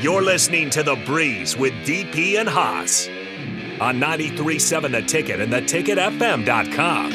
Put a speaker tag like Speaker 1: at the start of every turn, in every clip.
Speaker 1: You're listening to The Breeze with DP and Haas on 93.7 The Ticket and theticketfm.com.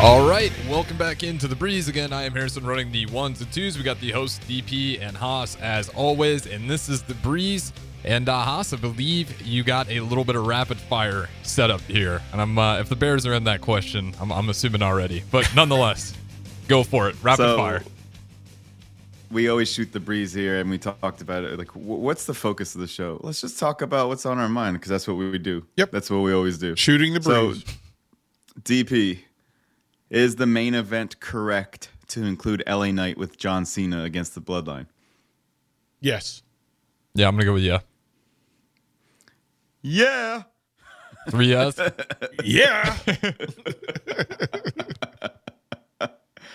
Speaker 2: All right, welcome back into the breeze again. I am Harrison running the ones and twos. We got the host DP and Haas as always, and this is the breeze. And uh, Haas, I believe you got a little bit of rapid fire set up here, and I'm uh, if the Bears are in that question, I'm, I'm assuming already, but nonetheless, go for it, rapid
Speaker 3: So,
Speaker 2: fire.
Speaker 3: We always shoot the breeze here, and we talked about it. Like, wh- what's the focus of the show? Let's just talk about what's on our mind because that's what we would do.
Speaker 4: Yep.
Speaker 3: that's what we always do.
Speaker 4: Shooting the
Speaker 3: So,
Speaker 4: breeze.
Speaker 3: DP, is the main event correct to include LA Knight with John Cena against the Bloodline?
Speaker 4: yes.
Speaker 2: Yeah, I'm gonna go with yeah.
Speaker 3: Yeah.
Speaker 2: Three yes.
Speaker 4: Yeah.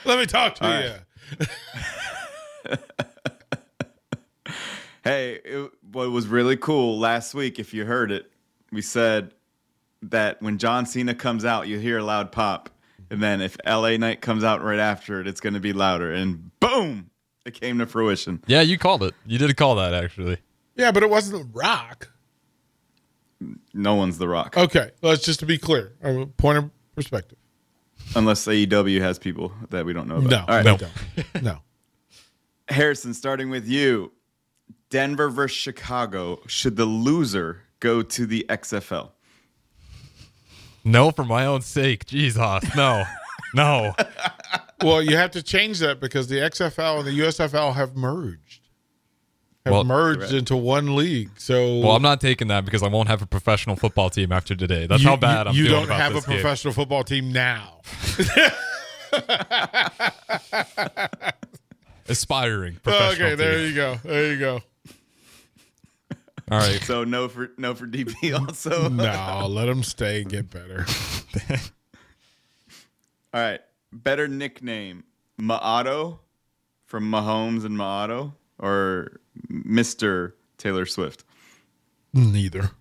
Speaker 4: Let me talk to you.
Speaker 3: Hey, it, what was really cool last week, if you heard it, we said that when John Cena comes out, you hear a loud pop. And then if LA Knight comes out right after it, it's going to be louder. And boom, it came to fruition.
Speaker 2: yeah, you called it. You did call that actually.
Speaker 4: Yeah, but it wasn't rock.
Speaker 3: No one's The Rock.
Speaker 4: Okay, let's just to be clear, a point of perspective.
Speaker 3: Unless AEW has people that we don't know about.
Speaker 4: No,
Speaker 3: All right.
Speaker 4: no, don't. no.
Speaker 3: Harrison, starting with you Denver versus Chicago. Should the loser go to the XFL?
Speaker 2: No, for my own sake. Jeez, Haas. No, no.
Speaker 4: Well, you have to change that because the XFL and the USFL have merged, have
Speaker 2: Well-
Speaker 4: merged into one league. So,
Speaker 2: Well, I'm not taking that because I won't have a professional football team after today. That's
Speaker 4: you,
Speaker 2: how bad
Speaker 4: you,
Speaker 2: I'm
Speaker 4: you
Speaker 2: feeling
Speaker 4: don't
Speaker 2: about
Speaker 4: have a
Speaker 2: this game.
Speaker 4: professional football team now.
Speaker 2: aspiring professional.
Speaker 4: okay, there you go. There you go.
Speaker 2: All right.
Speaker 3: So no for no for DP also.
Speaker 4: No, let them stay and get better.
Speaker 3: All right. Better nickname, Maato from Mahomes and Maato or Mr. Taylor Swift?
Speaker 4: Neither.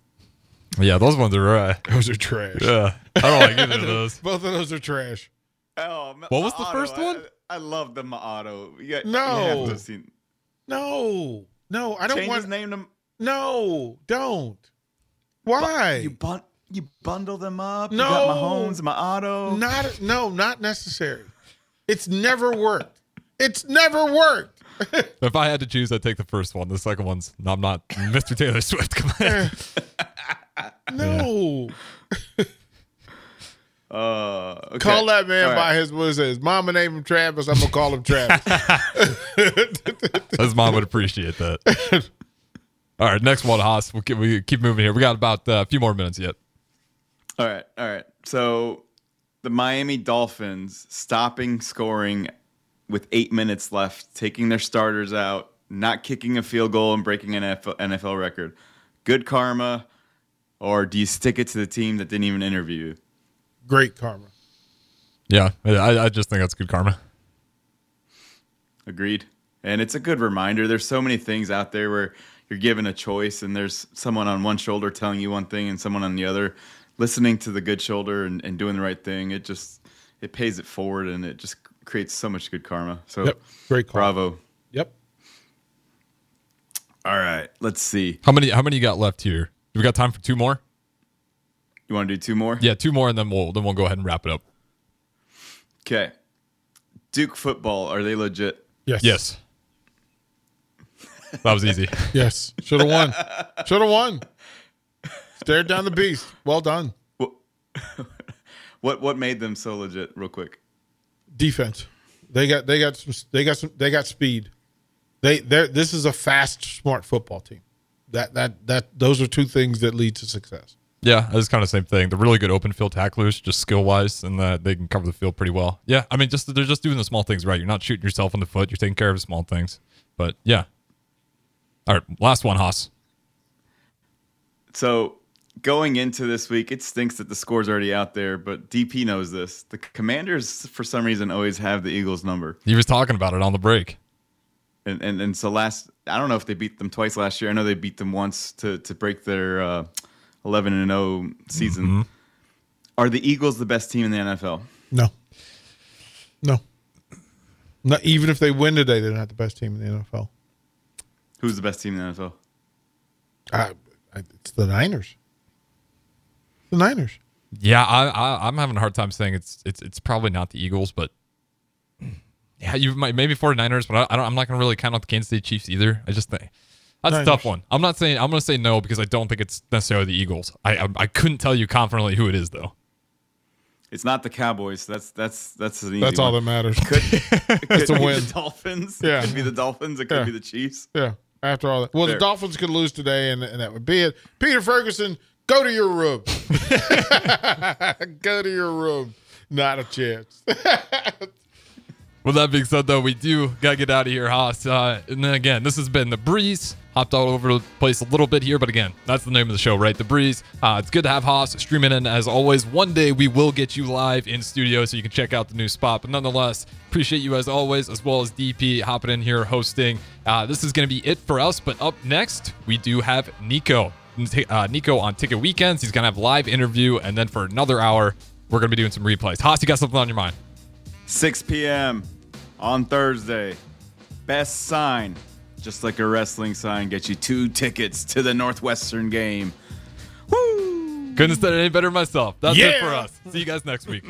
Speaker 2: Yeah, those ones are uh,
Speaker 4: Those are trash.
Speaker 2: yeah. I don't like either of those.
Speaker 4: Both of those are trash.
Speaker 3: Oh, Ma-
Speaker 2: What was the
Speaker 3: Maato.
Speaker 2: first
Speaker 3: I-
Speaker 2: one?
Speaker 3: I, love the Maato. You got- you
Speaker 4: No.
Speaker 3: have to have seen-
Speaker 4: No, no, I don't
Speaker 3: Change
Speaker 4: want.
Speaker 3: his name to
Speaker 4: No, don't. Why?
Speaker 3: you, bun- you bundle them up.
Speaker 4: No.
Speaker 3: You got Mahomes, Maato.
Speaker 4: Not no, not necessary. It's never worked. It's never worked.
Speaker 2: If I had to choose, I'd take the first one. The second one's no, I'm not Mr. Taylor Swift. Come on.
Speaker 4: No.
Speaker 3: Uh, okay.
Speaker 4: Call that man
Speaker 3: All right.
Speaker 4: by his what is it? His mama named him Travis. I'm gonna call him Travis.
Speaker 2: His mom would appreciate that. All right, next one, Haas. We'll keep, we keep moving here. We got about uh, a few more minutes yet.
Speaker 3: All right, all right. So the Miami Dolphins stopping scoring with eight minutes left, taking their starters out, not kicking a field goal and breaking an NFL NFL record. Good karma, or do you stick it to the team that didn't even interview you?
Speaker 4: Great karma.
Speaker 2: Yeah, I, I just think that's good karma.
Speaker 3: Agreed. And it's a good reminder. There's so many things out there where you're given a choice, and there's someone on one shoulder telling you one thing, and someone on the other. Listening to the good shoulder and, and doing the right thing, it just it pays it forward, and it just creates so much good karma. So
Speaker 4: Yep. Great karma.
Speaker 3: Bravo.
Speaker 4: Yep.
Speaker 3: All right, let's see.
Speaker 2: How many? How many you got left here? Do we got time for two more?
Speaker 3: You want to do two more?
Speaker 2: Yeah, two more, and then we'll then we'll go ahead and wrap it up.
Speaker 3: Okay. Duke football, are they legit?
Speaker 4: Yes.
Speaker 2: Yes, that was easy.
Speaker 4: Yes. Should have won. Should have won. Stared down the beast. Well done.
Speaker 3: What what made them so legit? Real quick.
Speaker 4: Defense. They got they got some they got some they got speed. They they this is a fast, smart football team. That that that those are two things that lead to success.
Speaker 2: Yeah, it's kind of the same thing. They're really good open field tacklers, just skill wise, and uh, they can cover the field pretty well. Yeah, I mean, just they're just doing the small things right. You're not shooting yourself in the foot. You're taking care of the small things. But yeah. All right, last one, Haas.
Speaker 3: So going into this week, it stinks that the score's already out there, but DP knows this. The commanders for some reason always have the Eagles number.
Speaker 2: He was talking about it on the break.
Speaker 3: And and, and so last I don't know if they beat them twice last year. I know they beat them once to to break their uh, 11 and 0 season.
Speaker 4: Mm-hmm.
Speaker 3: Are the Eagles the best team in the NFL?
Speaker 4: No. No. Not even if they win today, they're not the best team in the NFL.
Speaker 3: Who's the best team in the NFL?
Speaker 4: I, I, it's the Niners. The Niners.
Speaker 2: Yeah, I, I I'm having a hard time saying it's it's it's probably not the Eagles, but yeah, you might maybe 49ers, but I, I don't, I'm not gonna really count out the Kansas City Chiefs either. I just think that's a tough
Speaker 4: Niners.
Speaker 2: one. I'm not saying I'm gonna say no because I don't think it's necessarily the Eagles. I I, I couldn't tell you confidently who it is though.
Speaker 3: It's not the Cowboys. That's that's that's an easy
Speaker 4: That's all that
Speaker 3: one.
Speaker 4: matters.
Speaker 3: It could
Speaker 4: a
Speaker 3: be
Speaker 4: win.
Speaker 3: the Dolphins.
Speaker 4: Yeah.
Speaker 3: It could be the Dolphins. It could
Speaker 4: Yeah.
Speaker 3: be the Chiefs.
Speaker 4: yeah. After all that. Well,
Speaker 3: Fair.
Speaker 4: the Dolphins could lose today, and, and that would be it. Peter Ferguson, go to your room. go to your room. Not a chance.
Speaker 2: With that being said, though, we do gotta get out of here, Haas. Uh, and then again, this has been the breeze. Hopped all over the place a little bit here, but again, that's the name of the show, right? The breeze. Uh, it's good to have Haas streaming in as always. One day we will get you live in studio so you can check out the new spot. But nonetheless, appreciate you as always, as well as DP hopping in here hosting. Uh, this is gonna be it for us. But up next, we do have Nico. Uh, Nico on Ticket Weekends. He's gonna have live interview, and then for another hour, we're gonna be doing some replays. Haas, you got something on your mind?
Speaker 3: 6 p.m. on Thursday. Best sign, just like a wrestling sign, get you two tickets to the Northwestern game. Woo!
Speaker 2: Couldn't have said it any better myself. That's it for
Speaker 4: Yeah.
Speaker 2: us. See you guys next week.